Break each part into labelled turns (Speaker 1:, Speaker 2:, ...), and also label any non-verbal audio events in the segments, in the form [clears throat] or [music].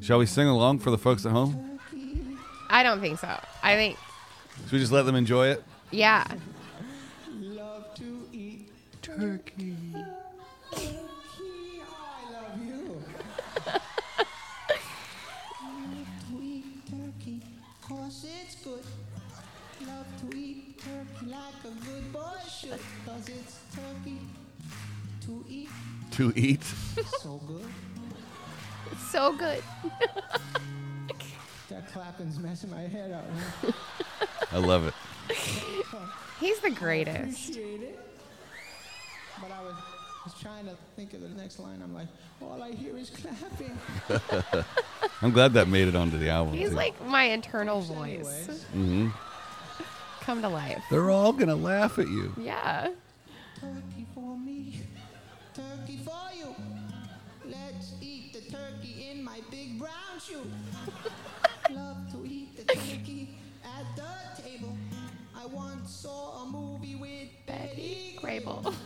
Speaker 1: Shall we sing along for the folks at home?
Speaker 2: I don't think so. I think,
Speaker 1: Should we just let them enjoy it?
Speaker 2: yeah.
Speaker 3: Love to eat turkey. Turkey, I love you. Love to eat turkey, cause it's good. Love to eat turkey like a good boy should, cause it's turkey to eat
Speaker 1: To eat.
Speaker 3: so good.
Speaker 2: It's so good.
Speaker 3: That clapping's messing my head up.
Speaker 1: I love it.
Speaker 2: He's the
Speaker 3: I
Speaker 2: greatest.
Speaker 3: appreciate it. But I was, was trying to think of the next line. I'm like, all I hear is clapping.
Speaker 1: I'm glad that made it onto the album.
Speaker 2: He's
Speaker 1: too.
Speaker 2: like my internal
Speaker 3: Anyways.
Speaker 2: voice. Come to life.
Speaker 1: they're all gonna laugh at you.
Speaker 2: Yeah.
Speaker 3: Turkey for me, turkey for you. Let's eat the turkey in my big brown shoe. Love to eat the turkey at the table. I once saw a movie with Betty Grable.
Speaker 2: Grable. [laughs]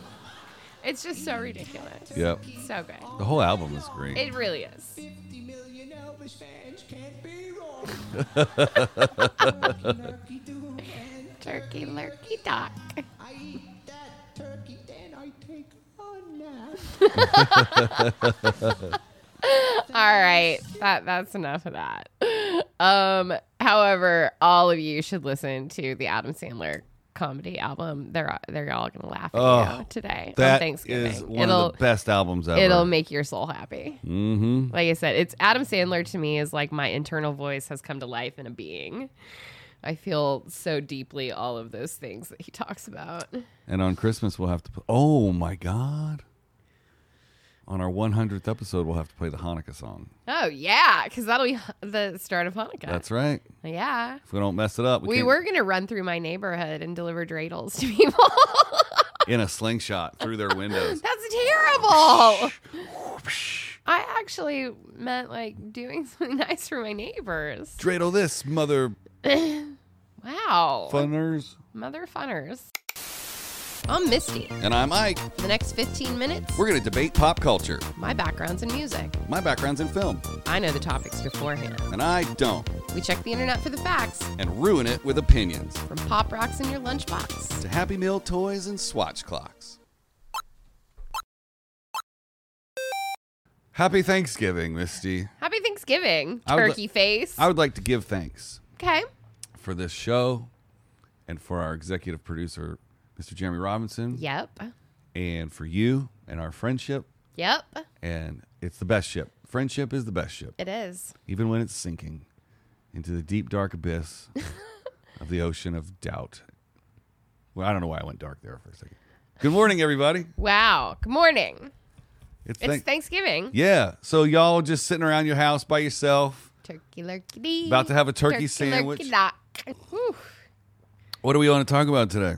Speaker 2: It's just so ridiculous.
Speaker 1: Yep.
Speaker 2: So good.
Speaker 1: The whole album is great.
Speaker 2: It really is.
Speaker 3: 50 million Elvis fans can't be wrong. turkey, lurkey, do, and
Speaker 2: Turkey lurkey doc.
Speaker 3: I eat that turkey, then I take a nap.
Speaker 2: All right. That that's enough of that. [laughs] Um however, all of you should listen to the Adam Sandler comedy album. They're they're all going to laugh at
Speaker 1: Oh,
Speaker 2: you today on
Speaker 1: That
Speaker 2: Thanksgiving.
Speaker 1: is one
Speaker 2: it'll
Speaker 1: of the best albums ever.
Speaker 2: it'll make your soul happy.
Speaker 1: mm-hmm.
Speaker 2: Like I said, it's Adam Sandler to me is like my internal voice has come to life in a being. I feel so deeply all of those things that he talks about.
Speaker 1: And on Christmas we'll have to. Pl- oh my God! On our 100th episode, we'll have to play the Hanukkah song.
Speaker 2: Oh yeah, because that'll be h- the start of Hanukkah.
Speaker 1: That's right.
Speaker 2: yeah.
Speaker 1: If we don't mess it up, we,
Speaker 2: We
Speaker 1: can't-
Speaker 2: were gonna run through my neighborhood and deliver dreidels to [laughs] people.
Speaker 1: in a slingshot through their
Speaker 2: [laughs]
Speaker 1: windows.
Speaker 2: That's terrible. I actually meant like doing [laughs] something nice for my neighbors.
Speaker 1: Dreidel this, mother
Speaker 2: Wow.
Speaker 1: funners.
Speaker 2: Mother funners. I'm Misty.
Speaker 1: And I'm Ike.
Speaker 2: The next 15 minutes,
Speaker 1: We're gonna debate pop culture.
Speaker 2: my background's in music.
Speaker 1: My background's in film,
Speaker 2: I know the topics beforehand.
Speaker 1: and I don't.
Speaker 2: We check the internet for the facts,
Speaker 1: And ruin it with opinions.
Speaker 2: from pop rocks in your lunchbox.
Speaker 1: To Happy Meal toys and swatch clocks. Happy Thanksgiving, Misty.
Speaker 2: Happy Thanksgiving,
Speaker 1: I would li-
Speaker 2: turkey face.
Speaker 1: I would like to give thanks
Speaker 2: okay.
Speaker 1: for this show and for our executive producer, Mr. Jeremy Robinson,
Speaker 2: Yep.
Speaker 1: and for you and our friendship.
Speaker 2: Yep.
Speaker 1: And it's the best ship. Friendship is the best ship,
Speaker 2: It is.
Speaker 1: even when it's sinking into the deep, dark abyss of the ocean of doubt. Well, I don't know why I went dark there for a second. Good morning, everybody.
Speaker 2: Wow. Good morning. It's
Speaker 1: thank-
Speaker 2: Thanksgiving.
Speaker 1: Yeah. So y'all just sitting around your house by yourself.
Speaker 2: Turkey lurkey dee.
Speaker 1: About to have a turkey sandwich.
Speaker 2: lurkey dock. Whew.
Speaker 1: What do we want to talk about today?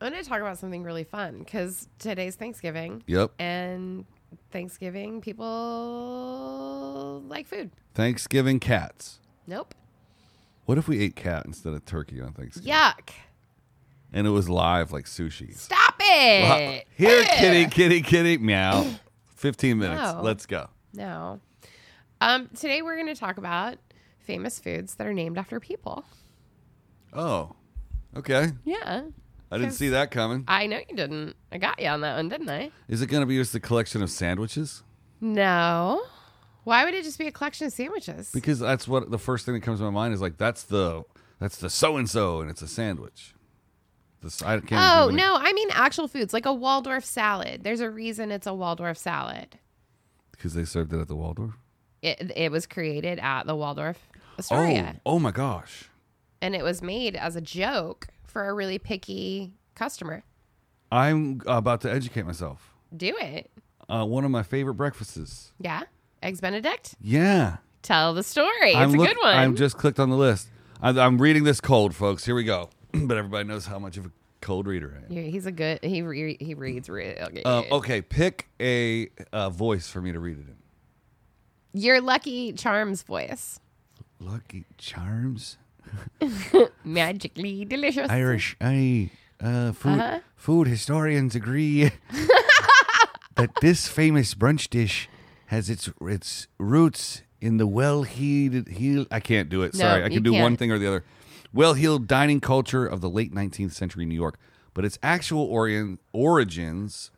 Speaker 2: I'm going to talk about something really fun because today's Thanksgiving.
Speaker 1: Yep.
Speaker 2: And Thanksgiving, people like food.
Speaker 1: Thanksgiving cats.
Speaker 2: Nope.
Speaker 1: What if we ate cat instead of turkey on Thanksgiving?
Speaker 2: Yuck.
Speaker 1: And it was live like sushi.
Speaker 2: Stop it.
Speaker 1: Wow. Here,
Speaker 2: Ew.
Speaker 1: kitty, kitty, kitty, meow. 15 minutes.
Speaker 2: No.
Speaker 1: Let's go.
Speaker 2: No. Um, today we're going to talk about famous foods that are named after people.
Speaker 1: Oh, okay.
Speaker 2: Yeah.
Speaker 1: I didn't see that coming.
Speaker 2: I know you didn't. I got you on that one, didn't I?
Speaker 1: Is it going to be just a collection of sandwiches?
Speaker 2: No. Why would it just be a collection of sandwiches?
Speaker 1: Because that's what the first thing that comes to my mind is like that's the that's the so and so, and it's a sandwich. This I can't. even think
Speaker 2: oh,
Speaker 1: of any-
Speaker 2: no. I mean actual foods, like a Waldorf salad. There's a reason it's a Waldorf salad.
Speaker 1: Because they served it at the Waldorf.
Speaker 2: It, it was created at the Waldorf Astoria.
Speaker 1: Oh, oh my gosh.
Speaker 2: And it was made as a joke for a really picky customer.
Speaker 1: I'm about to educate myself.
Speaker 2: Do it.
Speaker 1: Uh, one of my favorite breakfasts.
Speaker 2: Yeah. Eggs Benedict?
Speaker 1: Yeah.
Speaker 2: Tell the story.
Speaker 1: I'm
Speaker 2: it's a
Speaker 1: look-
Speaker 2: good one.
Speaker 1: I'm just clicked on the list. I'm, I'm reading this cold, folks. Here we go. [clears throat] but everybody knows how much of a cold reader I am.
Speaker 2: Yeah, he's a good. He re, he reads really. Okay.
Speaker 1: Uh, okay, pick a uh, voice for me to read it in.
Speaker 2: Your Lucky Charms voice,
Speaker 1: Lucky Charms,
Speaker 2: magically delicious.
Speaker 1: Irish. I uh, food
Speaker 2: Uh-huh.
Speaker 1: food historians
Speaker 2: [laughs]
Speaker 1: agree that this famous brunch dish has its its roots in the well-heeled heel. I can't do it. Sorry, I
Speaker 2: you
Speaker 1: can do one
Speaker 2: can't.
Speaker 1: thing or the other. Well-heeled dining culture of the late 19th century New York, but its actual orien- origins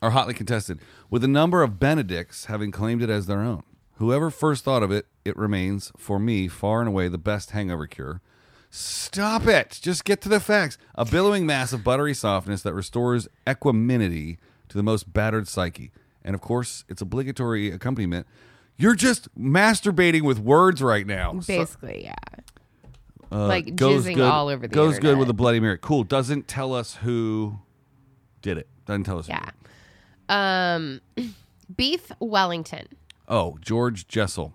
Speaker 1: are hotly contested, with a number of Benedicts having claimed it as their own. Whoever first thought of it, it remains for me far and away the best hangover cure. Stop it! Just get to the facts. A billowing mass of buttery softness that restores equanimity to the most battered psyche, and of course, its obligatory accompaniment. You're just masturbating with words right now. So- Uh,
Speaker 2: Basically, yeah. like
Speaker 1: goes
Speaker 2: jizzing
Speaker 1: good,
Speaker 2: all over the
Speaker 1: goes good
Speaker 2: internet.
Speaker 1: with a Bloody Mary. Cool. Doesn't tell us who did it. Doesn't tell us. Who did
Speaker 2: Yeah.
Speaker 1: it.
Speaker 2: Um, [laughs] beef Wellington. [laughs]
Speaker 1: Oh, George Jessel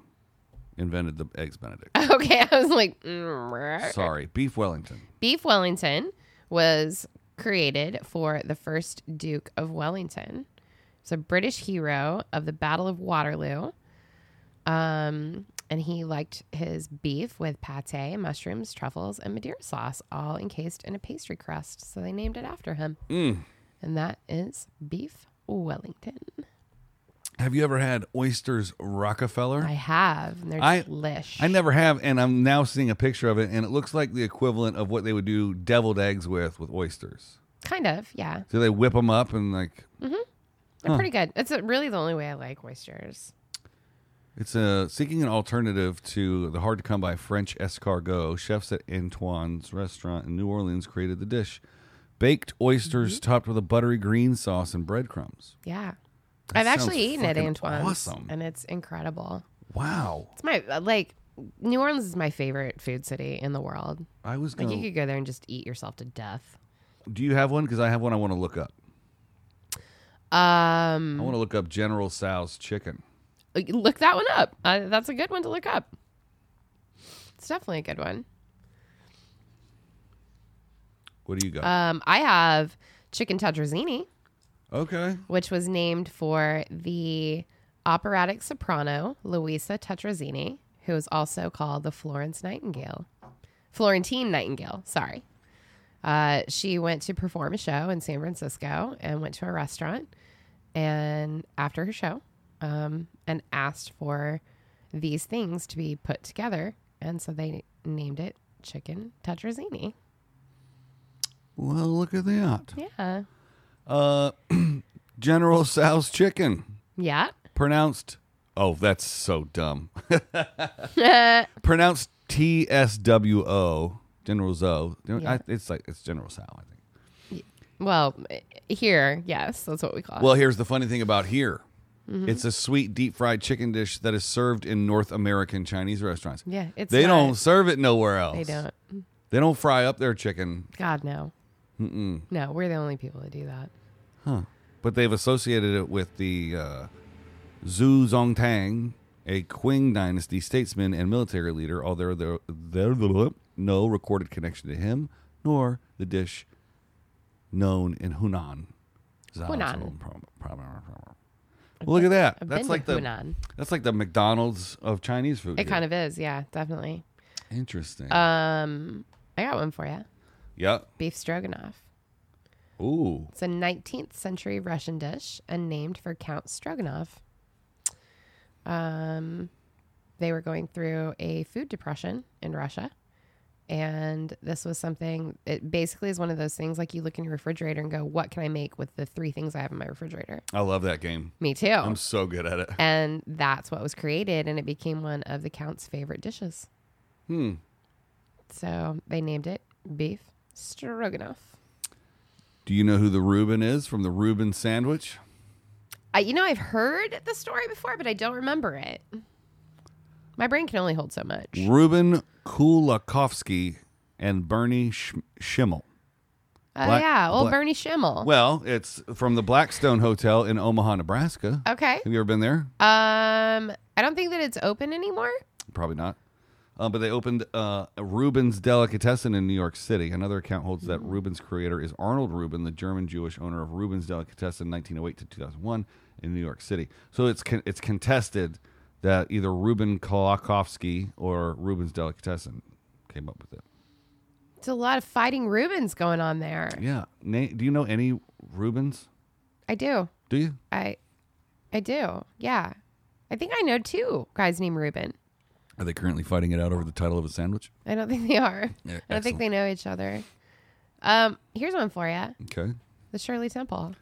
Speaker 1: invented the eggs Benedict.
Speaker 2: Okay, I was like, mm,
Speaker 1: Sorry, beef Wellington.
Speaker 2: beef Wellington was created for the first Duke of Wellington. It's a British hero of the Battle of Waterloo. Um, and he liked his beef with pate, mushrooms, truffles, and Madeira sauce, all encased in a pastry crust. So they named it after him.
Speaker 1: Mm.
Speaker 2: And that is beef Wellington.
Speaker 1: Have you ever had oysters Rockefeller?
Speaker 2: I have, and they're
Speaker 1: I-
Speaker 2: delish.
Speaker 1: I never have, and I'm now seeing a picture of it, and it looks like the equivalent of what they would do deviled eggs with with oysters.
Speaker 2: Kind of, yeah.
Speaker 1: So they whip them up and like
Speaker 2: They're pretty good. It's uh, really the only way I like oysters.
Speaker 1: It's a seeking an alternative to the hard to come by French escargot. Chefs at Antoine's restaurant in New Orleans created the dish. Baked oysters
Speaker 2: Mm-hmm.
Speaker 1: topped with a buttery green sauce and breadcrumbs.
Speaker 2: Yeah.
Speaker 1: That
Speaker 2: I've
Speaker 1: sounds
Speaker 2: actually eaten at
Speaker 1: fucking
Speaker 2: Antoine's.
Speaker 1: awesome.
Speaker 2: And it's incredible.
Speaker 1: Wow.
Speaker 2: It's my, uh, like, New Orleans is my favorite food city in the world.
Speaker 1: I was
Speaker 2: Like,
Speaker 1: going
Speaker 2: you could go there and just eat yourself to death.
Speaker 1: Do you have one cuz I have one I want to look up. I
Speaker 2: Um,
Speaker 1: want to look up General Sal's chicken.
Speaker 2: look that one up. Uh, that's a good one to look up. It's definitely a good one.
Speaker 1: What do you got?
Speaker 2: Um, I have chicken tetrazzini.
Speaker 1: okay.
Speaker 2: which was named for the operatic soprano Luisa Tetrazzini, who is also called the Florence Nightingale. Florentine Nightingale, sorry. Uh, she went to perform a show in San Francisco and went to a restaurant and after her show um, and asked for these things to be put together. And so they named it Chicken Tetrazzini.
Speaker 1: Well, look at that.
Speaker 2: Yeah.
Speaker 1: Uh General Sal's chicken.
Speaker 2: Yeah.
Speaker 1: pronounced oh that's so
Speaker 2: [laughs]
Speaker 1: dumb pronounced t-s-w-o general zo
Speaker 2: Yeah.
Speaker 1: I, it's like it's general sal i think
Speaker 2: Well, eh, here, yes, that's what we call it.
Speaker 1: well here's the funny thing about here
Speaker 2: Mm-hmm.
Speaker 1: it's a sweet deep fried chicken dish that is served in north american chinese restaurants
Speaker 2: Yeah, it's
Speaker 1: they
Speaker 2: not-
Speaker 1: don't serve it nowhere else
Speaker 2: They don't.
Speaker 1: they don't fry up their chicken
Speaker 2: God, no. Mm-mm. No, we're the only people that do that.
Speaker 1: but they've associated it with the uh, Zhu Zongtang, a Qing dynasty statesman and military leader, although there, there no recorded connection to him nor the dish known in Hunan.
Speaker 2: Hunan.
Speaker 1: Well, look at that.
Speaker 2: I've
Speaker 1: that's
Speaker 2: been
Speaker 1: like
Speaker 2: to
Speaker 1: the
Speaker 2: Hunan.
Speaker 1: that's like the McDonald's of Chinese food.
Speaker 2: It kind of is. Yeah, definitely.
Speaker 1: interesting.
Speaker 2: Um, I got one for you.
Speaker 1: yep.
Speaker 2: Beef stroganoff.
Speaker 1: Ooh.
Speaker 2: It's a 19th century Russian dish and named for Count Stroganov. Um, they were going through a food depression in Russia. And this was something, it basically is one of those things like you look in your refrigerator and go, what can I make with the three things I have in my refrigerator?
Speaker 1: I love that game.
Speaker 2: Me too.
Speaker 1: I'm so good at it.
Speaker 2: and that's what was created and it became one of the count's favorite dishes
Speaker 1: Hmm.
Speaker 2: so they named it beef stroganoff
Speaker 1: Do you know who the Reuben is from the Reuben sandwich?
Speaker 2: I, you know i've heard the story before but i don't remember it my brain can only hold so much
Speaker 1: Ruben Kulakovsky and Bernie Sch- Schimmel.
Speaker 2: oh
Speaker 1: Black-
Speaker 2: yeah old
Speaker 1: black-
Speaker 2: bernie schimmel
Speaker 1: Well, it's from the Blackstone Hotel in Omaha, Nebraska.
Speaker 2: okay
Speaker 1: Have you ever been there?
Speaker 2: um i don't think that it's open anymore
Speaker 1: Probably not. Uh, but they opened uh, Ruben's Delicatessen in New York City. Another account holds that Ruben's creator is Arnold Ruben, the German Jewish owner of Ruben's Delicatessen, 1908 to 2001 in New York City. So it's con- it's contested that either Ruben Kolakovsky or Ruben's Delicatessen came up with it.
Speaker 2: it's a lot of fighting rubens going on there
Speaker 1: Yeah. Na- do you know any Rubens?
Speaker 2: i do
Speaker 1: Do you?
Speaker 2: i i do yeah I think I know two guys named Ruben.
Speaker 1: Are they currently fighting it out over the title of a sandwich?
Speaker 2: I don't [laughs] think they are.
Speaker 1: Yeah,
Speaker 2: I don't
Speaker 1: excellent.
Speaker 2: think they know each other. Um, here's one for you:
Speaker 1: Okay.
Speaker 2: the Shirley Temple,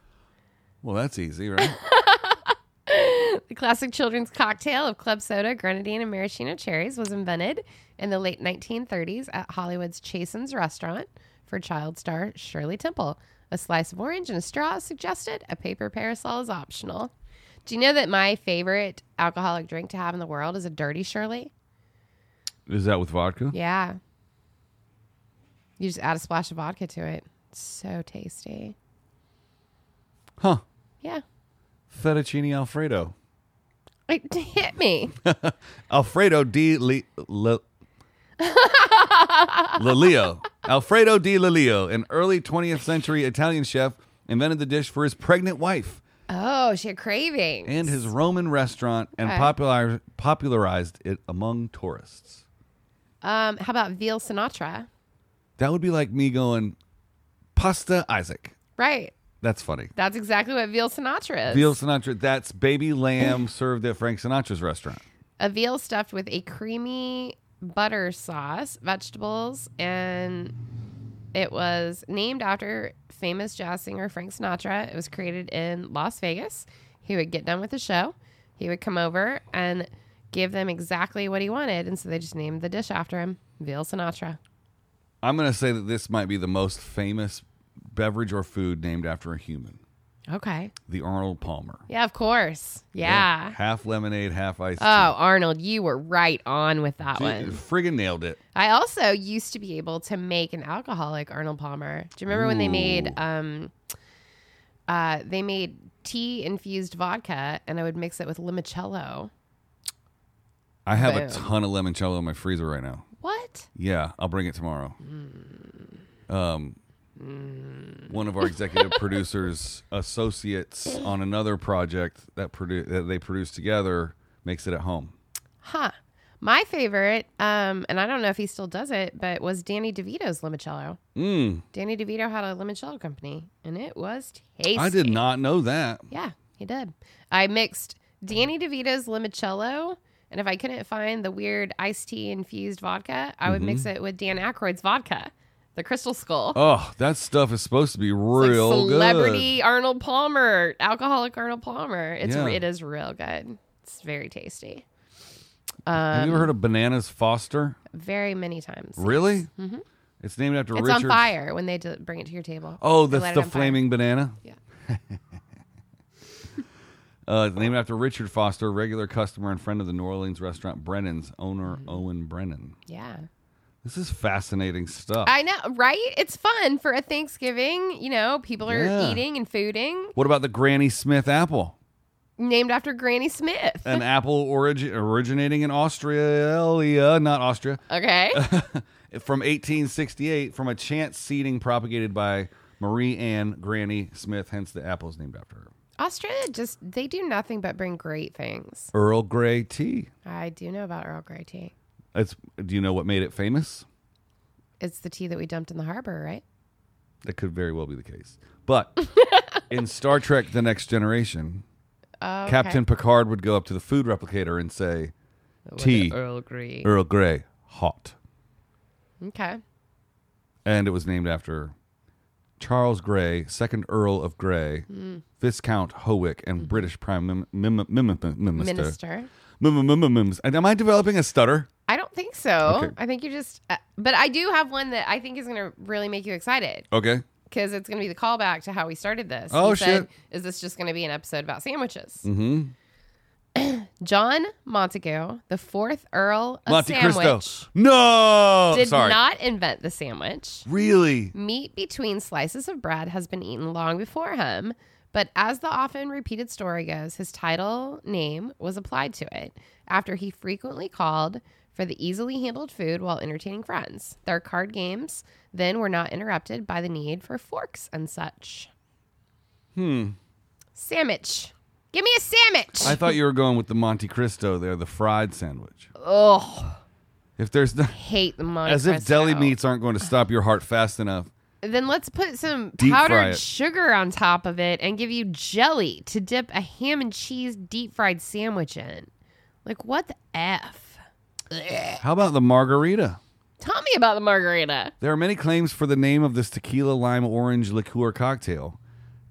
Speaker 1: Well, that's easy, right?
Speaker 2: the classic children's cocktail of club soda, grenadine, and maraschino cherries, was invented in the late 1930s at Hollywood's Chasen's restaurant for child star Shirley Temple. A slice of orange and a straw is suggested. A paper parasol is optional. Do you know that my favorite alcoholic drink to have in the world is a dirty Shirley?
Speaker 1: [coughs] Is that with vodka?
Speaker 2: Yeah. You just add a splash of vodka to it. It's so tasty.
Speaker 1: Huh.
Speaker 2: Yeah.
Speaker 1: Fettuccine Alfredo.
Speaker 2: It [laughs] hit me.
Speaker 1: [laughs] Alfredo di Li- Le- [laughs] Lelio. Alfredo di Lelio, an early 20th century Italian chef, invented the dish for his pregnant wife
Speaker 2: Oh, she had cravings.
Speaker 1: and his Roman restaurant and
Speaker 2: Okay.
Speaker 1: popular- popularized it among tourists.
Speaker 2: um, how about veal Sinatra?
Speaker 1: That would be like me going, Pasta Isaac.
Speaker 2: Right.
Speaker 1: That's funny.
Speaker 2: That's exactly what veal Sinatra is.
Speaker 1: Veal Sinatra, that's baby lamb served at Frank Sinatra's restaurant.
Speaker 2: a veal stuffed with a creamy butter sauce, vegetables, and it was named after famous jazz singer Frank Sinatra. It was created in Las Vegas. He would get done with the show, he would come over and give them exactly what he wanted, and so they just named the dish after him, veal Sinatra.
Speaker 1: I'm going to say that this might be the most famous beverage or food named after a human
Speaker 2: Okay.
Speaker 1: the Arnold Palmer.
Speaker 2: Yeah, of course. Yeah.
Speaker 1: Half lemonade, half ice.
Speaker 2: Oh, Arnold, you were right on with that one.
Speaker 1: Friggin' nailed it.
Speaker 2: I also used to be able to make an alcoholic Arnold Palmer. Do you remember when they made
Speaker 1: Ooh.
Speaker 2: um uh they made tea infused vodka and I would mix it with limoncello.
Speaker 1: I have a
Speaker 2: Boom.
Speaker 1: ton of limoncello in my freezer right now.
Speaker 2: What?
Speaker 1: Yeah, I'll bring it tomorrow.
Speaker 2: Mm.
Speaker 1: Um, one of our
Speaker 2: [laughs]
Speaker 1: executive producers' associates on another project that, produ- that they produce together makes it at home.
Speaker 2: Huh. My favorite, um, and I don't know if he still does it, but was Danny DeVito's limoncello.
Speaker 1: Mm,
Speaker 2: Danny DeVito had a limoncello company, and it was tasty.
Speaker 1: I did not know that.
Speaker 2: Yeah, he did. I mixed Danny DeVito's limoncello, and if I couldn't find the weird iced tea infused vodka, I would mix it with Dan Aykroyd's vodka, the Crystal Skull.
Speaker 1: Mm-hmm. Oh, that stuff is supposed to be
Speaker 2: It's like
Speaker 1: real
Speaker 2: celebrity Arnold Palmer, alcoholic Arnold Palmer. It's
Speaker 1: Yeah.
Speaker 2: it is real good. It's very tasty.
Speaker 1: good. Have you
Speaker 2: um,
Speaker 1: ever heard of Bananas Foster?
Speaker 2: Very many times.
Speaker 1: Really? Mm-hmm. It's named after
Speaker 2: It's
Speaker 1: Richard.
Speaker 2: on fire when they do, bring it to your table.
Speaker 1: Oh,
Speaker 2: They
Speaker 1: that's
Speaker 2: light
Speaker 1: the
Speaker 2: it on fire.
Speaker 1: flaming banana.
Speaker 2: Yeah.
Speaker 1: [laughs] Uh, it's named after Richard Foster, regular customer and friend of the New Orleans restaurant Brennan's owner
Speaker 2: Mm-hmm.
Speaker 1: Owen Brennan.
Speaker 2: Yeah.
Speaker 1: This is fascinating stuff.
Speaker 2: I know, right? It's fun for a Thanksgiving. You know, people are
Speaker 1: Yeah.
Speaker 2: eating and fooding.
Speaker 1: what about the Granny Smith apple?
Speaker 2: named after Granny Smith. [laughs]
Speaker 1: An apple origi- originating in Australia, not Austria, [laughs]
Speaker 2: Okay.
Speaker 1: from 1868 from a chance seeding propagated by Marie Ann Granny Smith, hence the apple is named after her.
Speaker 2: Australia just, they do nothing but bring great things.
Speaker 1: Earl Grey tea.
Speaker 2: I do know about Earl Grey tea.
Speaker 1: It's, do you know what made it famous?
Speaker 2: It's the tea that we dumped in the harbor, right?
Speaker 1: That could very well be the case. But in Star Trek The Next Generation,
Speaker 2: Oh, okay.
Speaker 1: Captain Picard would go up to the food replicator and say,
Speaker 2: With
Speaker 1: tea.
Speaker 2: the Earl Grey.
Speaker 1: Earl Grey, hot.
Speaker 2: Okay.
Speaker 1: And it was named after Charles Grey, second Earl of Grey, Viscount Howick, and British Prime Mim- Mim- Mim- Mim- Minister.
Speaker 2: Minister.
Speaker 1: Mim- Mim- Mim- Mim- And Am I developing a stutter?
Speaker 2: I don't think so.
Speaker 1: Okay.
Speaker 2: I think you just, uh, but I do have one that I think is going to really make you excited
Speaker 1: Okay.
Speaker 2: because it's going to be the callback to how we started this.
Speaker 1: Oh,
Speaker 2: You said,
Speaker 1: shit.
Speaker 2: Is this just going to be an episode about sandwiches?
Speaker 1: Mm-hmm.
Speaker 2: [clears throat] John Montagu, the fourth Earl of
Speaker 1: Monte
Speaker 2: Sandwich,
Speaker 1: Cristo. No.
Speaker 2: did
Speaker 1: Sorry.
Speaker 2: not invent the sandwich.
Speaker 1: really?
Speaker 2: Meat between slices of bread has been eaten long before him, but as the often repeated story goes, his title name was applied to it after he frequently called for the easily handled food while entertaining friends. Their card games then were not interrupted by the need for forks and such. Hmm. Sandwich. Give me a sandwich.
Speaker 1: I thought you were going with the Monte Cristo there, the fried sandwich.
Speaker 2: Ugh.
Speaker 1: If there's not.
Speaker 2: Hate the Monte
Speaker 1: As if
Speaker 2: Cristo.
Speaker 1: deli meats aren't going to stop your heart fast enough.
Speaker 2: Then let's put some
Speaker 1: Deep fry
Speaker 2: powdered
Speaker 1: it.
Speaker 2: sugar on top of it and give you jelly to dip a ham and cheese deep fried sandwich in. Like, what the F?
Speaker 1: How about the margarita?
Speaker 2: Tell me about the margarita.
Speaker 1: There are many claims for the name of this tequila lime orange liqueur cocktail.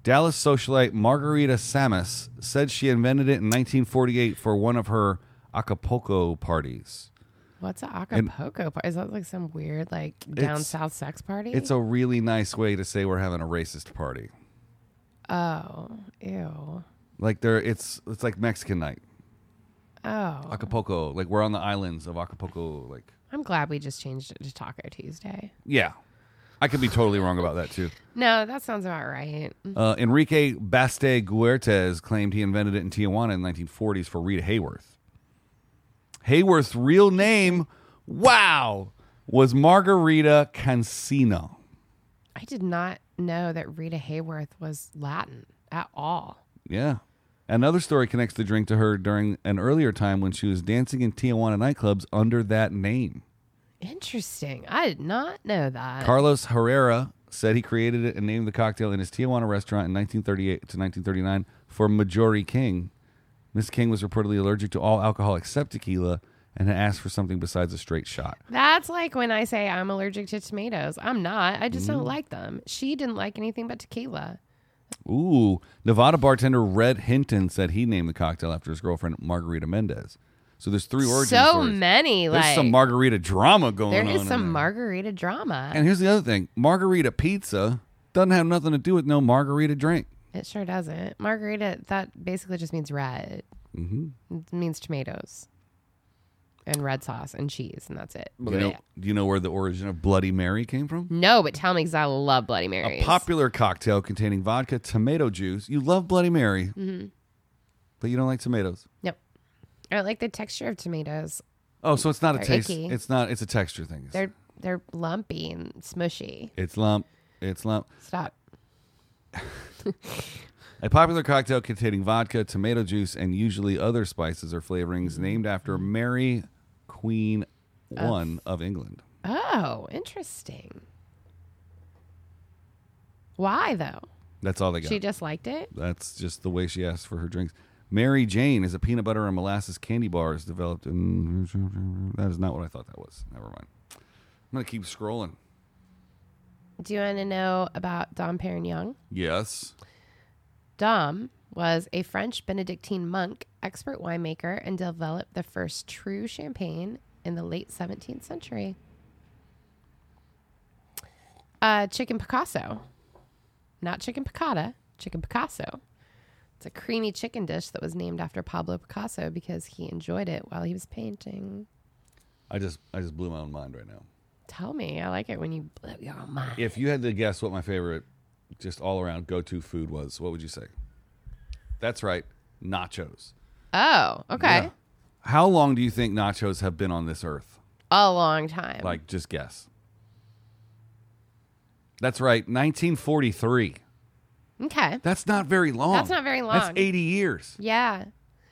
Speaker 1: Dallas socialite Margarita Samus said she invented it in 1948 for one of her Acapulco parties.
Speaker 2: What's a Acapulco party? Is that like some weird, like, down
Speaker 1: It's-
Speaker 2: south sex party?
Speaker 1: It's a really nice way to say we're having a racist party.
Speaker 2: oh, ew.
Speaker 1: Like there it's it's like Mexican night.
Speaker 2: Oh,
Speaker 1: Acapulco, like we're on the islands of Acapulco like
Speaker 2: I'm glad we just changed it to Taco Tuesday.
Speaker 1: yeah. I could be totally wrong about that too.
Speaker 2: No, that sounds about right.
Speaker 1: Uh, Enrique Baste Guertes claimed he invented it in Tijuana in the 1940s for Rita Hayworth. Hayworth's real name, wow, was Margarita Cancino.
Speaker 2: I did not know that Rita Hayworth was Latin at all.
Speaker 1: Yeah. Another story connects the drink to her during an earlier time when she was dancing in Tijuana nightclubs under that name.
Speaker 2: Interesting. I did not know that.
Speaker 1: Carlos Herrera said he created it and named the cocktail in his Tijuana restaurant in 1938 to 1939 for Majori King. Miss King was reportedly allergic to all alcohol except tequila and had asked for something besides a straight shot.
Speaker 2: That's like when I say I'm allergic to tomatoes. I'm not. I just don't
Speaker 1: Mm.
Speaker 2: like them. She didn't like anything but tequila.
Speaker 1: Ooh, Nevada bartender Red Hinton said he named the cocktail after his girlfriend Margarita Mendez. So there's three origins.
Speaker 2: so
Speaker 1: stories.
Speaker 2: many.
Speaker 1: There's
Speaker 2: like
Speaker 1: some margarita drama going
Speaker 2: there
Speaker 1: on.
Speaker 2: is
Speaker 1: in
Speaker 2: some
Speaker 1: there.
Speaker 2: margarita drama.
Speaker 1: And here's the other thing: margarita pizza doesn't have nothing to do with no margarita drink.
Speaker 2: it sure doesn't. Margarita. That basically just means red. Mm-hmm. It means tomatoes and red sauce and cheese, and that's it.
Speaker 1: You know, do you know where the origin of Bloody Mary came from?
Speaker 2: No, but tell me because I love Bloody Marys.
Speaker 1: A popular cocktail containing vodka, tomato juice. You love Bloody Mary,
Speaker 2: Mm-hmm.
Speaker 1: but you don't like tomatoes.
Speaker 2: Nope. I like the texture of tomatoes.
Speaker 1: Oh, so it's not a
Speaker 2: They're
Speaker 1: taste.
Speaker 2: icky.
Speaker 1: It's not. It's a texture thing. It's,
Speaker 2: They're they're lumpy and smushy.
Speaker 1: it's lump. It's lump.
Speaker 2: Stop.
Speaker 1: A popular cocktail containing vodka, tomato juice, and usually other spices or
Speaker 2: Mm-hmm.
Speaker 1: flavorings, named after Mary, Queen One of England.
Speaker 2: Oh, interesting. Why though?
Speaker 1: That's all they got.
Speaker 2: She just liked it.
Speaker 1: That's just the way she asked for her drinks. Mary Jane is a peanut butter and molasses candy bar is developed in. That is not what I thought that was. Never mind. I'm gonna keep scrolling.
Speaker 2: Do you want to know about Dom Perignon?
Speaker 1: Yes.
Speaker 2: Dom was a French Benedictine monk, expert winemaker, and developed the first true champagne in the late 17th century. Uh, chicken Picasso. Not chicken piccata, chicken Picasso. It's a creamy chicken dish that was named after Pablo Picasso because he enjoyed it while he was painting.
Speaker 1: I just I just blew my own mind right now.
Speaker 2: Tell me, I like it when you blow your mind.
Speaker 1: If you had to guess what my favorite, just all around go to food was, what would you say? That's right, nachos.
Speaker 2: Oh, okay.
Speaker 1: Yeah. How long do you think nachos have been on this earth?
Speaker 2: A long time.
Speaker 1: Like, just guess. That's right, 1943.
Speaker 2: okay.
Speaker 1: That's not very long.
Speaker 2: That's not very
Speaker 1: That's
Speaker 2: long.
Speaker 1: 80 years.
Speaker 2: Yeah.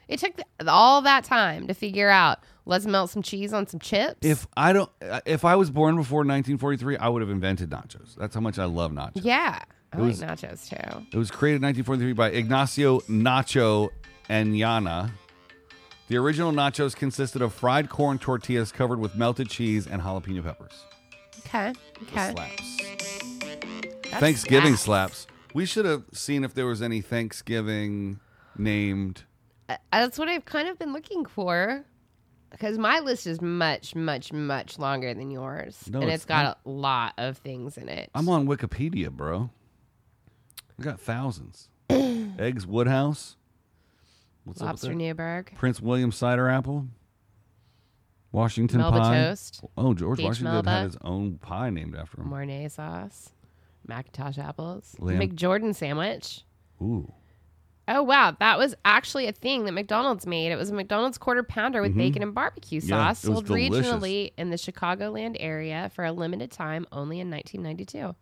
Speaker 2: It took th- all that time to figure out let's melt some cheese on some chips.
Speaker 1: If I don't, uh, if I was born before 1943, I would have invented nachos. That's how much I love nachos.
Speaker 2: yeah. I
Speaker 1: was-
Speaker 2: like nachos too.
Speaker 1: It was created in 1943 by Ignacio Nacho Enyana. The original nachos consisted of fried corn tortillas covered with melted cheese and jalapeno peppers.
Speaker 2: Okay.
Speaker 1: The
Speaker 2: Okay.
Speaker 1: Slaps.
Speaker 2: That's
Speaker 1: Thanksgiving
Speaker 2: slaps.
Speaker 1: slaps. We should have seen if there was any Thanksgiving named.
Speaker 2: Uh, That's what I've kind of been looking for. Because my list is much, much, much longer than yours.
Speaker 1: No,
Speaker 2: and
Speaker 1: it's
Speaker 2: it's got a lot of things in it.
Speaker 1: I'm on Wikipedia, bro. I got thousands. Eggs Woodhouse. What's up with
Speaker 2: Lobster
Speaker 1: that?
Speaker 2: Newburg,
Speaker 1: Prince William cider apple. Washington
Speaker 2: Melba
Speaker 1: pie.
Speaker 2: toast,
Speaker 1: Oh, George
Speaker 2: Beach
Speaker 1: Washington
Speaker 2: Melba.
Speaker 1: had his own pie named after him.
Speaker 2: Mornay sauce, Macintosh apples,
Speaker 1: Lamb-
Speaker 2: McJordan sandwich.
Speaker 1: Ooh.
Speaker 2: Oh wow, that was actually a thing that McDonald's made. It was a McDonald's quarter pounder with bacon and barbecue
Speaker 1: Mm-hmm. Yeah,
Speaker 2: sauce,
Speaker 1: it was
Speaker 2: sold
Speaker 1: delicious.
Speaker 2: regionally in the Chicagoland area for a limited time, only in 1992.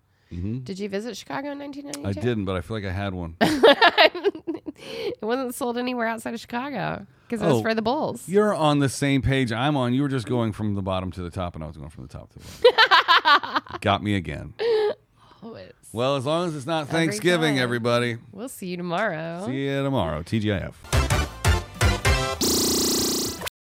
Speaker 2: Did you visit Chicago in
Speaker 1: Mm-hmm. I
Speaker 2: 1992?
Speaker 1: didn't, but I feel like I had
Speaker 2: [laughs]
Speaker 1: one.
Speaker 2: It wasn't sold anywhere outside of Chicago because it was
Speaker 1: Oh.
Speaker 2: for the Bulls.
Speaker 1: You're on the same page I'm on. You were just going from the bottom to the top, and I was going from the top to the
Speaker 2: [laughs]
Speaker 1: bottom. Got me again.
Speaker 2: Always.
Speaker 1: Well, as long as it's not Thanksgiving,
Speaker 2: time. Oh.
Speaker 1: everybody.
Speaker 2: We'll see you tomorrow.
Speaker 1: See you tomorrow. TGIF.